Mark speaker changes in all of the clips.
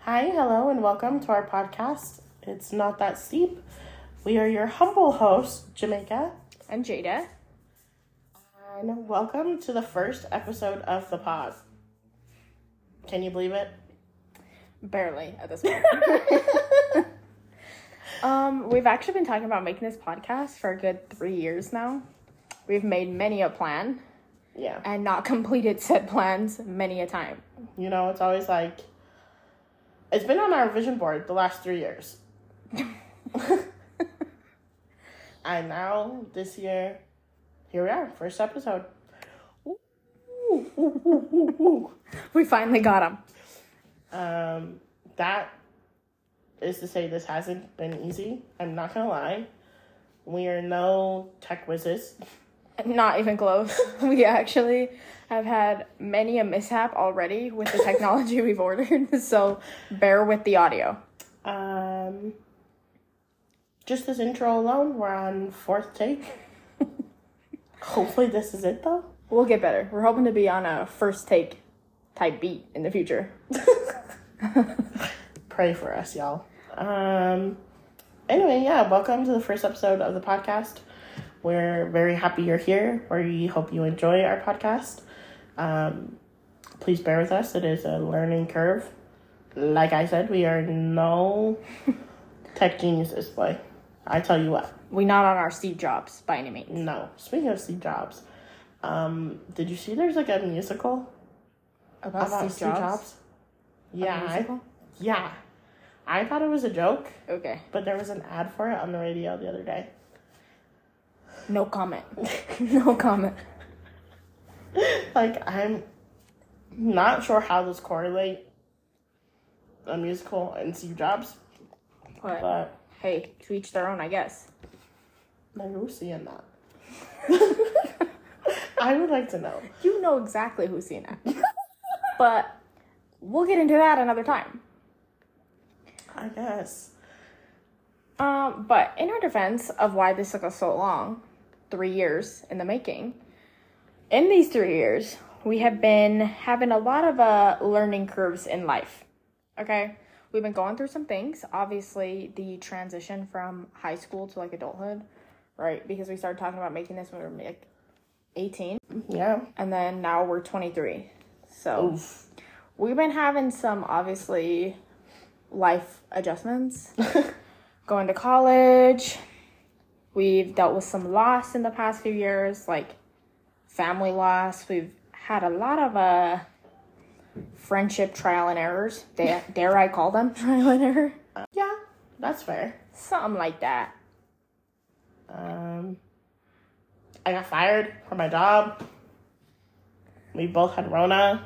Speaker 1: Hi, hello, and welcome to our podcast. It's not that steep. We are your humble hosts, Jamaica,
Speaker 2: I'm Jada.
Speaker 1: and welcome to the first episode of the pod. Can you believe it?
Speaker 2: Barely at this point. um, we've actually been talking about making this podcast for a good three years now. We've made many a plan
Speaker 1: Yeah.
Speaker 2: and not completed said plans many a time.
Speaker 1: You know, it's always like it's been on our vision board the last three years. and now this year, here we are, first episode. Ooh, ooh, ooh, ooh, ooh,
Speaker 2: We finally got them.
Speaker 1: ooh. Um, that is to say, this hasn't been easy. I'm not gonna lie. We are no tech whizzes.
Speaker 2: Not even close. we actually have had many a mishap already with the technology we've ordered, so bear with the audio.
Speaker 1: Um, just this intro alone, we're on fourth take. Hopefully, this is it though.
Speaker 2: We'll get better. We're hoping to be on a first take type beat in the future.
Speaker 1: Pray for us, y'all. Um, anyway, yeah, welcome to the first episode of the podcast. We're very happy you're here. We hope you enjoy our podcast. Um, please bear with us, it is a learning curve. Like I said, we are no tech geniuses, boy. I tell you what.
Speaker 2: We're not on our Steve Jobs by any means.
Speaker 1: No. Speaking of Steve Jobs, um, did you see there's like a musical
Speaker 2: About,
Speaker 1: about Steve Jobs? Yeah. I,
Speaker 2: musical?
Speaker 1: yeah. I thought it was a joke,
Speaker 2: Okay.
Speaker 1: but there was an ad for it on the radio the other day.
Speaker 2: No comment. no comment.
Speaker 1: Like I'm not sure how those correlate a musical and Steve Jobs,
Speaker 2: But,
Speaker 1: but
Speaker 2: hey, to each their own, I guess.
Speaker 1: like who's seeing that? I would like to know.
Speaker 2: You know exactly who's seen that. but we'll get into that another time.
Speaker 1: I guess.
Speaker 2: Um, but in her defense of why this took us so long, three years in the making, in these three years, we have been having a lot of uh, learning curves in life. Okay? We've been going through some things. Obviously, the transition from high school to like adulthood, right? Because we started talking about making this when we were like 18,
Speaker 1: Yeah.
Speaker 2: and then now we're 23. So
Speaker 1: Oof.
Speaker 2: we've been having some obviously life adjustments going to college we've dealt with some loss in the past few years like family loss we've had a lot of uh friendship trial and errors dare, dare i call them trial and error
Speaker 1: Yeah, that's fair.
Speaker 2: something like that
Speaker 1: Um, I got fired from my job. We both had Rona.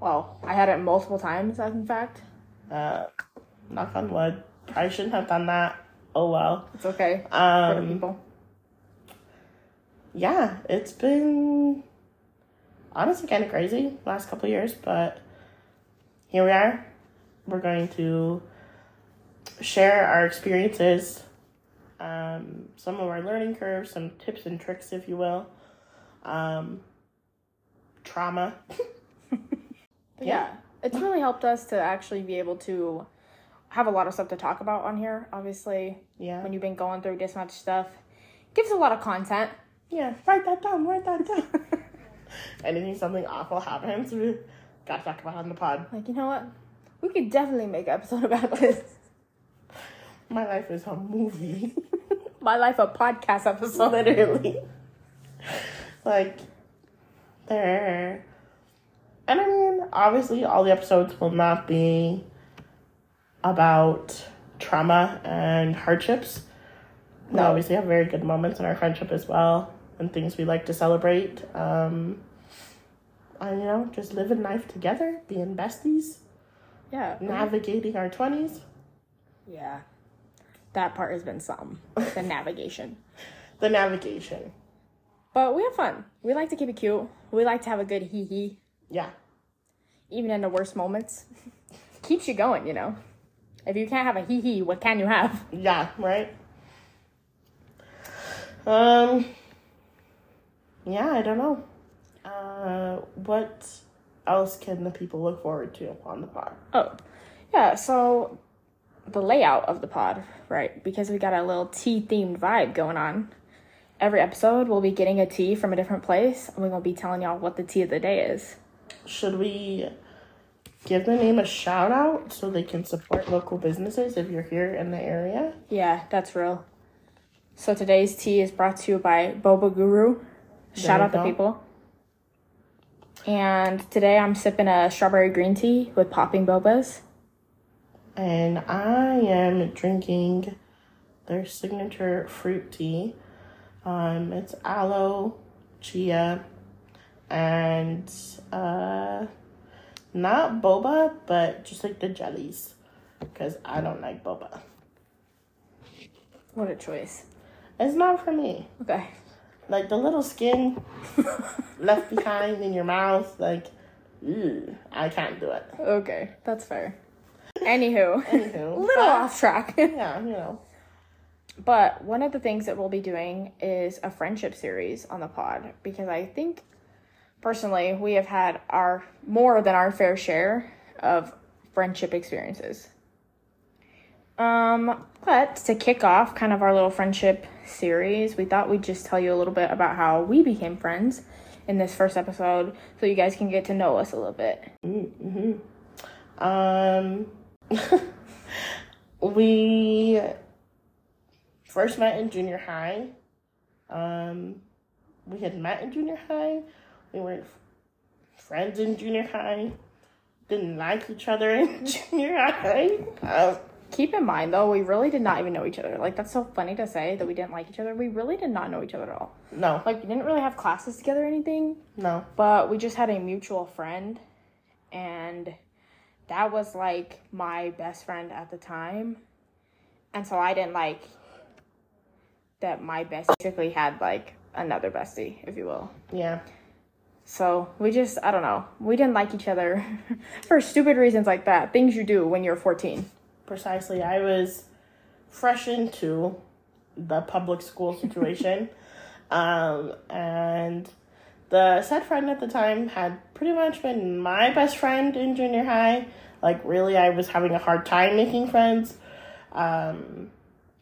Speaker 2: well i had it multiple times in fact
Speaker 1: Uh, knock on wood. Probably shouldn't have done that. Oh well.
Speaker 2: it's okay for the
Speaker 1: Um,
Speaker 2: people
Speaker 1: yeah, it's been honestly kind of crazy last couple years, but here we are. We're going to share our experiences, um, some of our learning curves, some tips and tricks, if you will, um, trauma.
Speaker 2: But yeah. it's really helped us to actually be able to have a lot of stuff to talk about on here. Obviously,
Speaker 1: Yeah.
Speaker 2: when you've been going through this much stuff, gives a lot of content.
Speaker 1: Yeah, write that down, write that down. Anything, something awful happens, we gotta talk about it on the pod.
Speaker 2: Like you know what, we could definitely make an episode about this.
Speaker 1: My life is a movie.
Speaker 2: My life, a podcast episode.
Speaker 1: literally like there and i mean obviously all the episodes will not be about trauma and hardships we
Speaker 2: No.
Speaker 1: obviously have very good moments in our friendship as well and things we like to celebrate um and you know just living life together being besties
Speaker 2: Yeah,
Speaker 1: navigating our 20s
Speaker 2: yeah. That part has been some the navigation,
Speaker 1: the navigation
Speaker 2: but we have fun. We like to keep it cute. We like to have a good hee hee,
Speaker 1: yeah
Speaker 2: even in the worst moments. Keeps you going, you know. If you can't have a hee hee, what can you have?
Speaker 1: Yeah, right. Um Yeah, I don't know. Uh what else can the people look forward to on the pod?
Speaker 2: Oh, Yeah, so the layout of the pod, right? Because we got a little tea themed vibe going on. Every episode, we'll be getting a tea from a different place, and we're gonna be telling y'all what the tea of the day is.
Speaker 1: Should we give the name a shout out so they can support local businesses if you're here in the area?
Speaker 2: Yeah, that's real. So today's tea is brought to you by Boba Guru. Shout
Speaker 1: you
Speaker 2: out to
Speaker 1: go.
Speaker 2: people. And today I'm sipping a strawberry green tea with popping bobas.
Speaker 1: And I am drinking their signature fruit tea. Um, it's aloe, chia, and uh, not boba, but just like the jellies, because I don't like boba.
Speaker 2: What a choice.
Speaker 1: It's not for me.
Speaker 2: Okay.
Speaker 1: Like the little skin left behind in your mouth, like, ew, I can't do it.
Speaker 2: Okay, that's fair. Anywho,
Speaker 1: Anywho,
Speaker 2: little off track.
Speaker 1: Yeah, you know.
Speaker 2: But one of the things that we'll be doing is a friendship series on the pod because I think personally we have had our more than our fair share of friendship experiences. Um, but to kick off kind of our little friendship series, we thought we'd just tell you a little bit about how we became friends in this first episode so you guys can get to know us a little bit.
Speaker 1: Um, we first met in junior high. Um, we had met in junior high. We weren't f- friends in junior high. Didn't like each other in junior high. Um,
Speaker 2: Keep in mind though, we really did not even know each other. Like that's so funny to say that we didn't like each other. We really did not know each other at all.
Speaker 1: no,
Speaker 2: like we didn't really have classes together or anything,
Speaker 1: no.
Speaker 2: but we just had a mutual friend and that was like my best friend at the time. And so I didn't like that my best basically had like another bestie, if you will.
Speaker 1: Yeah,
Speaker 2: So we just I don't know. We didn't like each other for stupid reasons like that. Things you do when you're 14.
Speaker 1: precisely. I was fresh into the public school situation. um, and the said friend at the time had pretty much been my best friend in junior high. Like, really, I was having a hard time making friends. Um,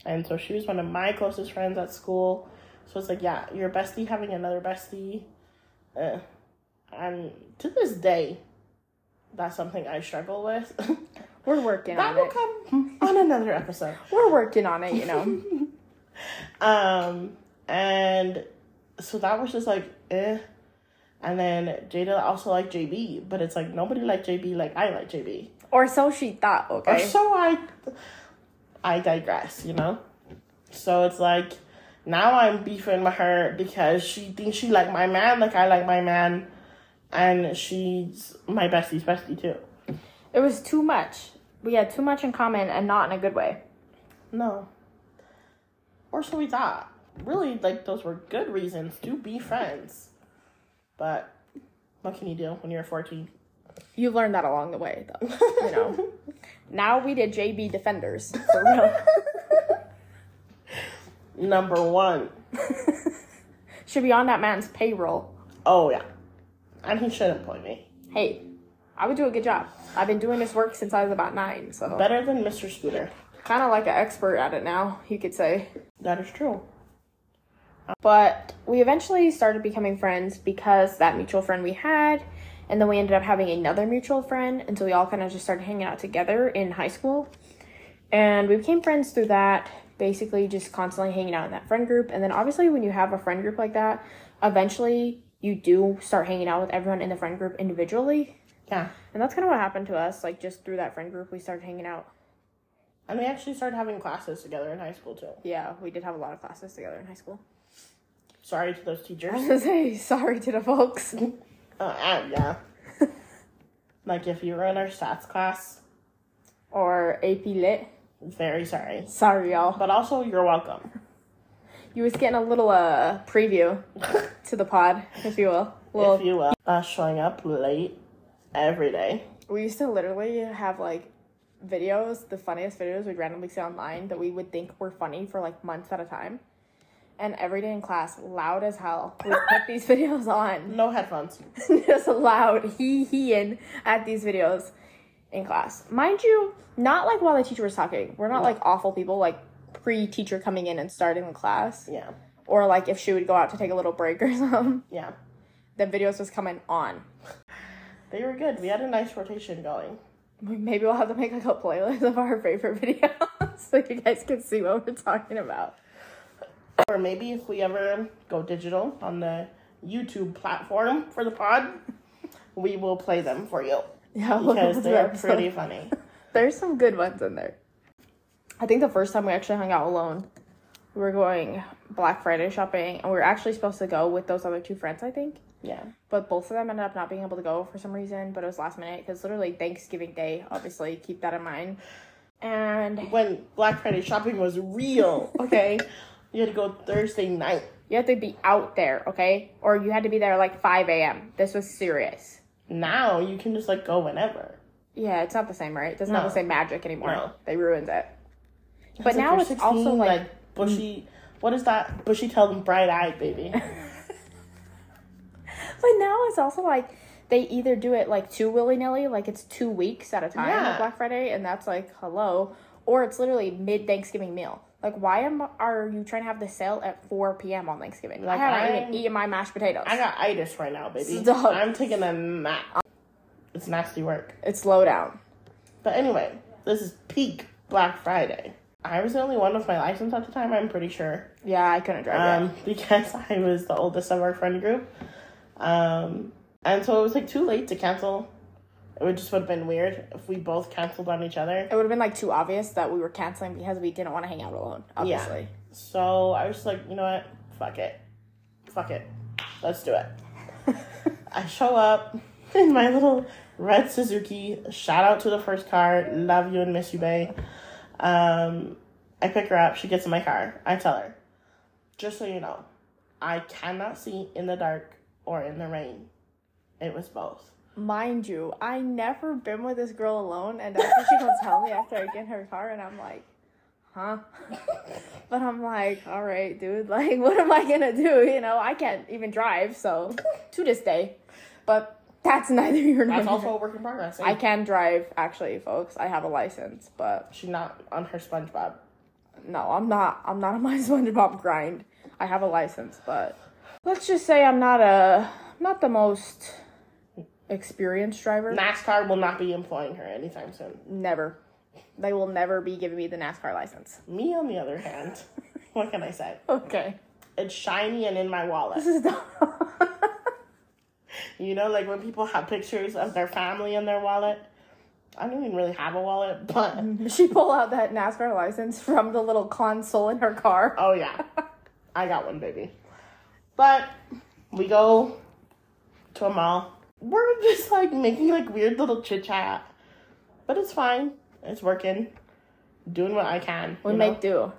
Speaker 1: and so she was one of my closest friends at school. So it's like, yeah, your bestie having another bestie. Uh, and to this day, that's something I struggle with.
Speaker 2: We're working
Speaker 1: that
Speaker 2: on
Speaker 1: will
Speaker 2: it.
Speaker 1: come on another episode.
Speaker 2: We're working on it, you know.
Speaker 1: Um, and so that was just like, eh. And then Jada also liked JB, but it's like nobody liked JB like I like JB.
Speaker 2: or so she thought,
Speaker 1: Or
Speaker 2: okay.
Speaker 1: so I, I digress, you know? So it's like, now I'm beefing with her because she thinks she like my man like I like my man. And she's my bestie's bestie too.
Speaker 2: It was too much. We had too much in common and not in a good way.
Speaker 1: No. Or so we thought. Really, like, those were good reasons to be friends. But what can you do when you're 14?
Speaker 2: You learned that along the way, though. You know. now we did JB Defenders. For real.
Speaker 1: Number one.
Speaker 2: Should be on that man's payroll.
Speaker 1: Oh, yeah. And he should employ me.
Speaker 2: Hey, I would do a good job. I've been doing this work since I was about nine, so
Speaker 1: Better than Mr. Scooter.
Speaker 2: kind of like an expert at it now, you could say.
Speaker 1: That is true.
Speaker 2: But we eventually started becoming friends because that mutual friend we had, and then we ended up having another mutual friend, and so we all kind of just started hanging out together in high school. And we became friends through that, basically just constantly hanging out in that friend group. And then obviously, when you have a friend group like that, eventually you do start hanging out with everyone in the friend group individually.
Speaker 1: Yeah.
Speaker 2: And that's kind of what happened to us, like just through that friend group, we started hanging out.
Speaker 1: And we actually started having classes together in high school, too.
Speaker 2: Yeah, we did have a lot of classes together in high school.
Speaker 1: Sorry to those
Speaker 2: I
Speaker 1: teachers.
Speaker 2: was gonna say, sorry to the folks.
Speaker 1: Uh, uh, yeah. like, if you were in our stats class,
Speaker 2: Or AP Lit.
Speaker 1: very sorry.
Speaker 2: Sorry, y'all.
Speaker 1: But also, you're welcome.
Speaker 2: You was getting a little uh preview to the pod, if you will. Well,
Speaker 1: if you will. Uh, showing up late every day.
Speaker 2: we used to literally have like videos, the funniest videos we'd randomly see online that we would think were funny for like months at a time. And every day in class, loud as hell, we put these videos on.
Speaker 1: No headphones.
Speaker 2: Just loud hee heeing at these videos. in class. Mind you, not like while the teacher was talking. We're not like awful people, like pre teacher coming in and starting the class.
Speaker 1: Yeah.
Speaker 2: Or like if she would go out to take a little break or something.
Speaker 1: Yeah.
Speaker 2: The videos was coming on.
Speaker 1: They were good. We had a nice rotation going.
Speaker 2: Maybe we'll have to make like a playlist of our favorite videos so you guys can see what we're talking about.
Speaker 1: Or maybe if we ever go digital on the YouTube platform for the pod, we will play them for you
Speaker 2: Yeah, look up
Speaker 1: because
Speaker 2: the
Speaker 1: they are
Speaker 2: episode.
Speaker 1: pretty funny.
Speaker 2: There's some good ones in there. I think the first time we actually hung out alone, we were going Black Friday shopping, and we were actually supposed to go with those other two friends, I think.
Speaker 1: Yeah.
Speaker 2: But both of them ended up not being able to go for some reason, but it was last minute because literally Thanksgiving Day, obviously, keep that in mind. And
Speaker 1: When Black Friday shopping was real, okay? you had to go Thursday night.
Speaker 2: you had to be out there, okay? Or you had to be there like 5 a.m. This was serious.
Speaker 1: Now you can just like go whenever.
Speaker 2: Yeah, it's not the same, right? It doesn't have the
Speaker 1: No.
Speaker 2: same magic anymore.
Speaker 1: No.
Speaker 2: They ruined it. But
Speaker 1: It's
Speaker 2: now
Speaker 1: you're
Speaker 2: it's also like,
Speaker 1: bushy. What is that? Bushy tailed, bright eyed baby.
Speaker 2: But now it's also like they either do it like too willy nilly, like it's two weeks at a time
Speaker 1: Yeah.
Speaker 2: of Black Friday, and that's like hello, or it's literally mid Thanksgiving meal. Like, why am are you trying to have the sale at four p.m. on Thanksgiving?
Speaker 1: Like,
Speaker 2: I haven't
Speaker 1: I'm-
Speaker 2: even eaten my mashed potatoes.
Speaker 1: I got itis right now, baby.
Speaker 2: Stop.
Speaker 1: I'm taking a nap. It's nasty work.
Speaker 2: it's low down.
Speaker 1: But anyway, this is peak Black Friday. I was the only one with my license at the time, I'm pretty sure.
Speaker 2: Yeah, I couldn't drive.
Speaker 1: Um,
Speaker 2: yet.
Speaker 1: because I was the oldest of our friend group. Um, and so it was like too late to cancel. It would just would have been weird if we both canceled on each other.
Speaker 2: It would have been like too obvious that we were canceling because we didn't want to hang out alone. Obviously,
Speaker 1: So I was just like, you know what? Fuck it. Fuck it. Let's do it. I show up in my little red Suzuki. Shout out to the first car. Love you and miss you, babe. Um, I pick her up. She gets in my car. I tell her, just so you know, I cannot see in the dark or in the rain. It was both.
Speaker 2: mind you, I never been with this girl alone, and that's what she gonna tell me after I get in her car, and I'm like, huh? but I'm like, all right, dude, like, what am I gonna do? You know, I can't even drive, so to this day, but that's neither here nor
Speaker 1: That's
Speaker 2: there.
Speaker 1: also a work in progress.
Speaker 2: I can drive, actually, folks. I have a license, but
Speaker 1: She's not on her SpongeBob.
Speaker 2: no, I'm not. I'm not on my SpongeBob grind. I have a license, but let's just say I'm not a, not the most experienced driver.
Speaker 1: NASCAR will not be employing her anytime soon.
Speaker 2: Never. They will never be giving me the NASCAR license.
Speaker 1: Me, on the other hand, what can I say?
Speaker 2: Okay.
Speaker 1: It's shiny and in my wallet.
Speaker 2: This is dumb.
Speaker 1: You know, like when people have pictures of their family in their wallet. I don't even really have a wallet, but
Speaker 2: she pulled out that NASCAR license from the little console in her car.
Speaker 1: oh yeah, I got one, baby. But we go to a mall. We're just like making like weird little chit chat, but it's fine. It's working, doing what I can.
Speaker 2: We
Speaker 1: Oh, you know?
Speaker 2: make do.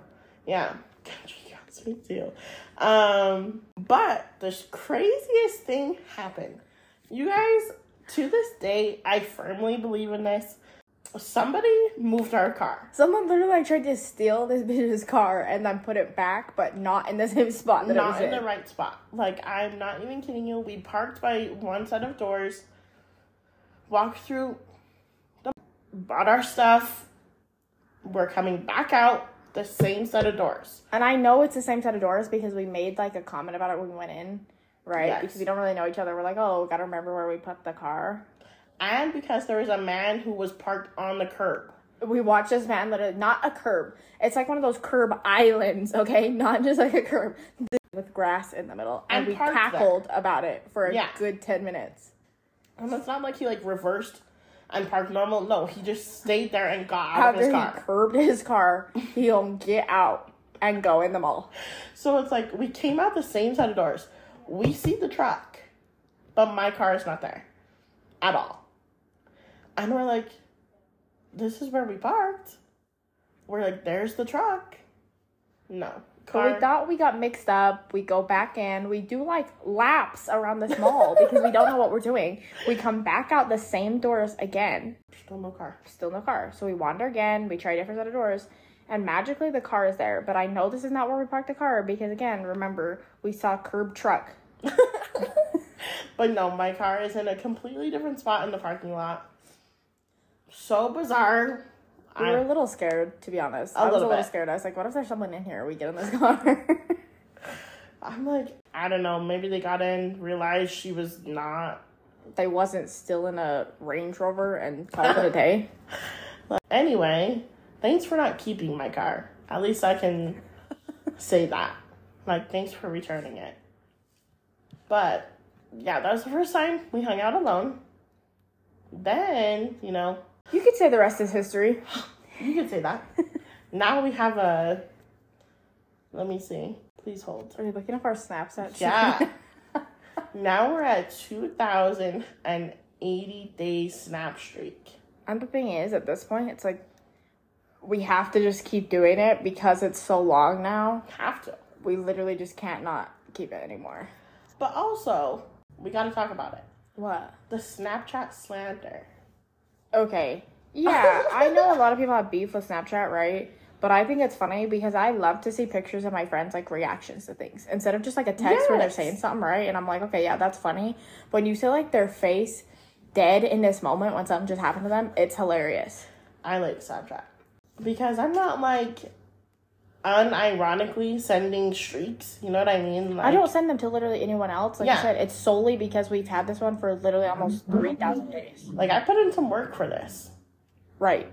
Speaker 1: Yeah. Country girls, me too. Um, but the craziest thing happened. You guys, to this day, I firmly believe in this. Somebody moved our car.
Speaker 2: Someone literally tried to steal this bitch's car and then put it back, but not in the same spot that it was
Speaker 1: Not
Speaker 2: in.
Speaker 1: in the right spot. Like, I'm not even kidding you. We parked by one set of doors, walked through, the, bought our stuff. We're coming back out the same set of doors.
Speaker 2: and I know it's the same set of doors because we made like a comment about it when we went in, right?
Speaker 1: Yes.
Speaker 2: Because we don't really know each other. We're like, oh, gotta remember where we put the car.
Speaker 1: And because there was a man who was parked on the curb.
Speaker 2: we watched this man literally not a curb it's like one of those curb islands okay not just like a curb th- with grass in the middle and,
Speaker 1: And
Speaker 2: we
Speaker 1: parked there.
Speaker 2: cackled about it for a
Speaker 1: Yeah.
Speaker 2: good 10 minutes
Speaker 1: And it's not like he like reversed and parked normal. No, he just stayed there and got out of
Speaker 2: after
Speaker 1: his
Speaker 2: he
Speaker 1: car.
Speaker 2: curbed his car he'll get out and go in the mall
Speaker 1: So it's like we came out the same side of doors. We see the truck, but my car is not there at all. And we're like, this is where we parked. We're like, there's the truck. No.
Speaker 2: but we thought we got mixed up we go back in we do like laps around this mall because we don't know what we're doing we come back out the same doors again
Speaker 1: Still no car.
Speaker 2: still no car. So we wander again, we try different set of doors, and magically the car is there. But I know this is not where we parked the car because again, remember, we saw curb truck.
Speaker 1: But no, my car is in a completely different spot in the parking lot. so bizarre.
Speaker 2: We were a
Speaker 1: I,
Speaker 2: little scared, to be honest.
Speaker 1: A
Speaker 2: I was
Speaker 1: little
Speaker 2: a little
Speaker 1: bit.
Speaker 2: scared. I was like, what if there's someone in here? We get in this car.
Speaker 1: I'm like, I don't know. Maybe they got in, realized she was not.
Speaker 2: they wasn't still in a Range Rover and called it a day.
Speaker 1: Anyway, thanks for not keeping my car. At least I can say that. Like, thanks for returning it. But yeah, that was the first time we hung out alone. Then, you know,
Speaker 2: You could say the rest is history.
Speaker 1: You could say that. now we have a. Let me see. Please hold.
Speaker 2: Are you looking up our Snapchat?
Speaker 1: Yeah. now we're at 2,080 day snap streak.
Speaker 2: And the thing is, at this point, it's like we have to just keep doing it because it's so long now.
Speaker 1: Have to.
Speaker 2: We literally just can't not keep it anymore.
Speaker 1: But also, we got to talk about it.
Speaker 2: What?
Speaker 1: The Snapchat slander.
Speaker 2: Okay. Yeah, I know a lot of people have beef with Snapchat, right? But I think it's funny because I love to see pictures of my friends like reactions to things instead of just like a text where they're
Speaker 1: Yes.
Speaker 2: saying something, right? And I'm like, okay, yeah, that's funny. But when you see like their face dead in this moment when something just happened to them, it's hilarious.
Speaker 1: I like Snapchat. Because I'm not like unironically sending streaks. You know what I mean? Like,
Speaker 2: I don't send them to literally anyone else. Like I
Speaker 1: Yeah.
Speaker 2: said, it's solely because we've had this one for literally almost 3,000 days.
Speaker 1: Like, I put in some work for this.
Speaker 2: Right.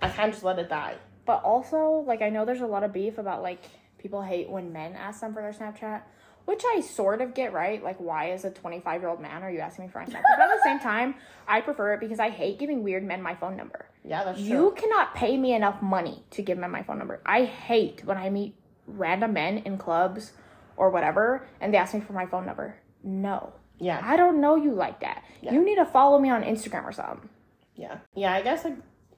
Speaker 1: I can't just let it die.
Speaker 2: But also, like, I know there's a lot of beef about, like, people hate when men ask them for their Snapchat, which I sort of get, right? Like, why as a 25 year old man are you asking me for my Snapchat? But at the same time, I prefer it because I hate giving weird men my phone number.
Speaker 1: Yeah, that's true.
Speaker 2: You cannot pay me enough money to give men my phone number. I hate when I meet random men in clubs or whatever and they ask me for my phone number. No.
Speaker 1: yeah.
Speaker 2: I don't know you like that. You need to follow me on Instagram or something.
Speaker 1: Yeah. Yeah, I guess like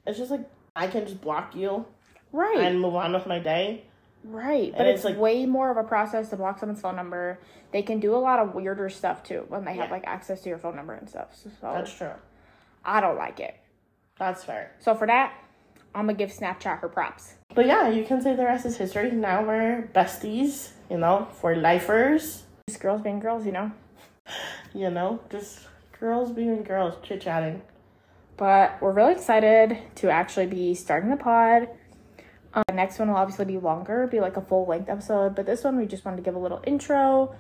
Speaker 1: it's just like I can just block you
Speaker 2: Right.
Speaker 1: and move on with my day.
Speaker 2: Right, but
Speaker 1: it's
Speaker 2: it's,
Speaker 1: like-
Speaker 2: way more of a process to block someone's phone number. They can do a lot of weirder stuff too when they have
Speaker 1: Yeah.
Speaker 2: like access to your phone number and stuff. So, so
Speaker 1: That's true.
Speaker 2: I don't like it.
Speaker 1: That's fair.
Speaker 2: So for that, I'm gonna give Snapchat her props.
Speaker 1: But yeah, you can say the rest is history. Now we're besties, you know, for lifers,
Speaker 2: Just girls being girls, you know.
Speaker 1: you know, just girls being girls, chit chatting.
Speaker 2: But we're really excited to actually be starting the pod. Um, the next one will obviously be longer, be like a full length episode. But this one, we just wanted to give a little intro,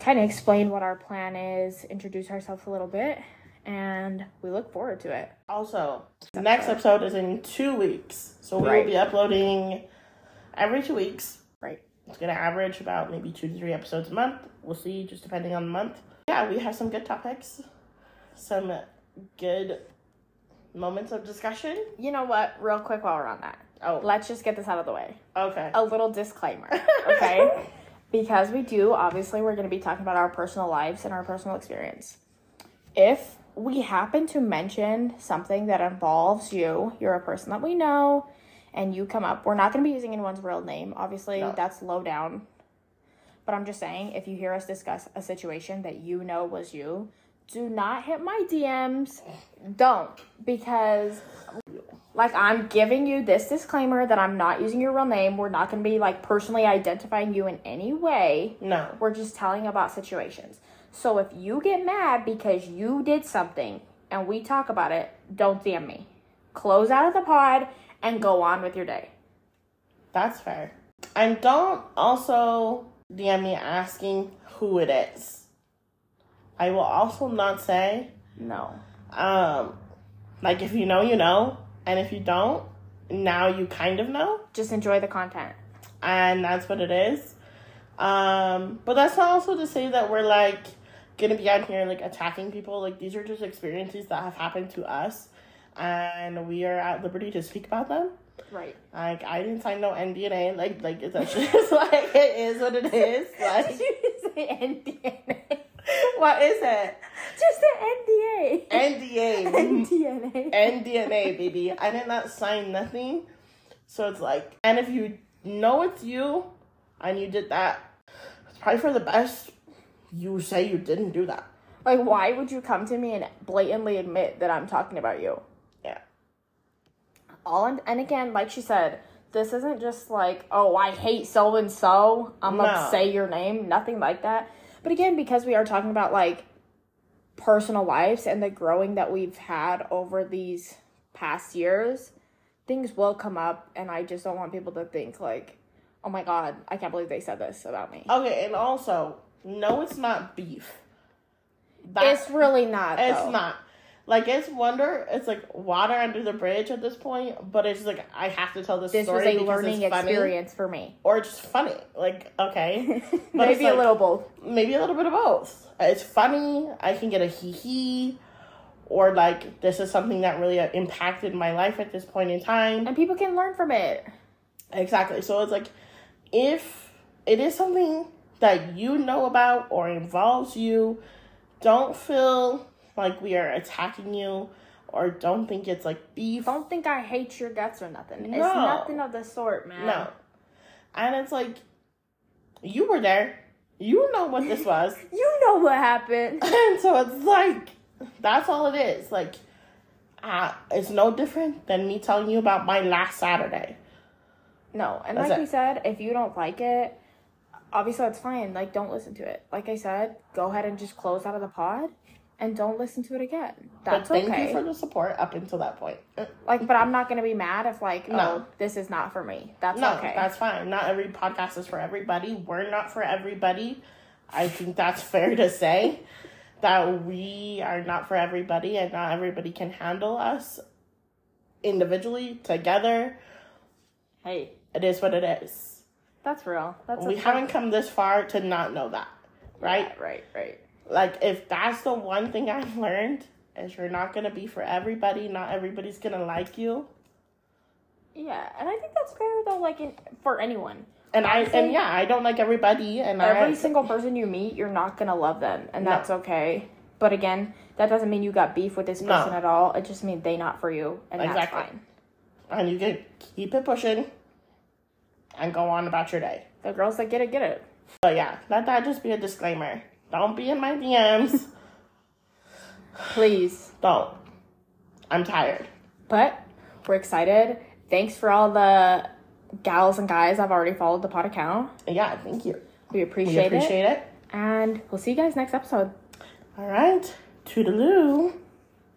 Speaker 2: kind of explain what our plan is, introduce ourselves a little bit, and we look forward to it.
Speaker 1: Also, the next episode is in two weeks. So we
Speaker 2: Right.
Speaker 1: will be uploading every two weeks.
Speaker 2: Right.
Speaker 1: It's gonna average about maybe two to three episodes a month. We'll see, just depending on the month. Yeah, we have some good topics, some good moments of discussion.
Speaker 2: You know what? Real quick while we're on that,
Speaker 1: Oh,
Speaker 2: let's just get this out of the way.
Speaker 1: okay.
Speaker 2: A little disclaimer, okay? because we do, obviously, we're going to be talking about our personal lives and our personal experience. If we happen to mention something that involves you, you're a person that we know, and you come up, we're not going to be using anyone's real name. Obviously,
Speaker 1: No.
Speaker 2: that's low down. But I'm just saying, if you hear us discuss a situation that you know was you, do not hit my DMs. Don't. Because like I'm giving you this disclaimer that I'm not using your real name. We're not going to be like personally identifying you in any way.
Speaker 1: No.
Speaker 2: We're just telling about situations. So if you get mad because you did something and we talk about it, don't DM me. Close out of the pod and go on with your day.
Speaker 1: That's fair. And don't also DM me asking who it is. I will also not say,
Speaker 2: No.
Speaker 1: um, like if you know, you know, and if you don't, now you kind of know,
Speaker 2: Just enjoy the content.
Speaker 1: and that's what it is. Um, but that's not also to say that we're like gonna be out here like attacking people. Like these are just experiences that have happened to us, and we are at liberty to speak about them.
Speaker 2: Right.
Speaker 1: Like I didn't sign no NDA. Like like it's actually it's like it is what it is. Like
Speaker 2: Did you say NDNA?
Speaker 1: what is it?
Speaker 2: Just the NDA.
Speaker 1: NDA.
Speaker 2: NDNA.
Speaker 1: NDNA baby. I did not sign nothing. So it's like and if you know it's you and you did that, it's probably for the best. You say you didn't do that.
Speaker 2: Like, why would you come to me and blatantly admit that I'm talking about you?
Speaker 1: Yeah.
Speaker 2: All and, and again, like she said, this isn't just like, oh, I hate so and so. I'm
Speaker 1: No.
Speaker 2: gonna say your name. Nothing like that. But again, because we are talking about like personal lives and the growing that we've had over these past years, things will come up, and I just don't want people to think like, "Oh my god, I can't believe they said this about me."
Speaker 1: Okay, and also, no, it's not beef.
Speaker 2: it's really not.
Speaker 1: It's
Speaker 2: though.
Speaker 1: not. Like it's wonder. It's like water under the bridge at this point. But it's like I have to tell this,
Speaker 2: This was
Speaker 1: story
Speaker 2: a
Speaker 1: because
Speaker 2: learning
Speaker 1: it's funny,
Speaker 2: experience for me.
Speaker 1: or it's just funny. Like okay,
Speaker 2: Maybe
Speaker 1: But it's
Speaker 2: a
Speaker 1: like-
Speaker 2: little both.
Speaker 1: maybe a little bit of both. It's funny. I can get a hee hee, or like this is something that really uh, impacted my life at this point in time.
Speaker 2: And people can learn from it.
Speaker 1: Exactly. So it's like if it is something that you know about or involves you, don't feel like we are attacking you or don't think it's like beef.
Speaker 2: Don't think I hate your guts or nothing. It's
Speaker 1: No.
Speaker 2: nothing of the sort, man.
Speaker 1: No. And it's like you were there. You know what this was.
Speaker 2: You know what happened.
Speaker 1: and so it's like that's all it is. Like uh, it's no different than me telling you about my last Saturday.
Speaker 2: No, and
Speaker 1: That's
Speaker 2: like
Speaker 1: it.
Speaker 2: we said, if you don't like it, obviously that's fine. Like, don't listen to it. Like I said, go ahead and just close out of the pod, and don't listen to it again. That's
Speaker 1: but thank
Speaker 2: okay.
Speaker 1: you for the support up until that point. Uh,
Speaker 2: like, but I'm not gonna be mad if like,
Speaker 1: No.
Speaker 2: oh, this is not for me. That's
Speaker 1: No,
Speaker 2: okay.
Speaker 1: that's fine. Not every podcast is for everybody. We're not for everybody. I think that's fair to say that we are not for everybody and not everybody can handle us individually, together.
Speaker 2: hey,
Speaker 1: It is what it is.
Speaker 2: that's real. That's
Speaker 1: we
Speaker 2: okay.
Speaker 1: haven't come this far to not know that, right?
Speaker 2: Yeah, right, right.
Speaker 1: Like, if that's the one thing I've learned, is you're not gonna be for everybody. Not everybody's gonna like you.
Speaker 2: Yeah, and I think that's fair though. Like, in, for anyone,
Speaker 1: And I and
Speaker 2: Honestly,
Speaker 1: yeah, I don't like everybody. And I
Speaker 2: every single person you meet, you're not gonna love them, and
Speaker 1: No.
Speaker 2: that's okay. But again, that doesn't mean you got beef with this
Speaker 1: No.
Speaker 2: person at all. It just means they not for you, and that's
Speaker 1: Exactly.
Speaker 2: fine.
Speaker 1: and you can keep it pushing and go on about your day.
Speaker 2: The girls that get it, get it.
Speaker 1: But yeah, let that just be a disclaimer. Don't be in my DMs.
Speaker 2: Please.
Speaker 1: don't. I'm tired.
Speaker 2: But we're excited. Thanks for all the gals and guys I've already followed the pod account.
Speaker 1: Yeah, thank you.
Speaker 2: We
Speaker 1: We
Speaker 2: appreciate,
Speaker 1: appreciate it.
Speaker 2: it. And we'll see you guys next episode.
Speaker 1: All right. Toodaloo.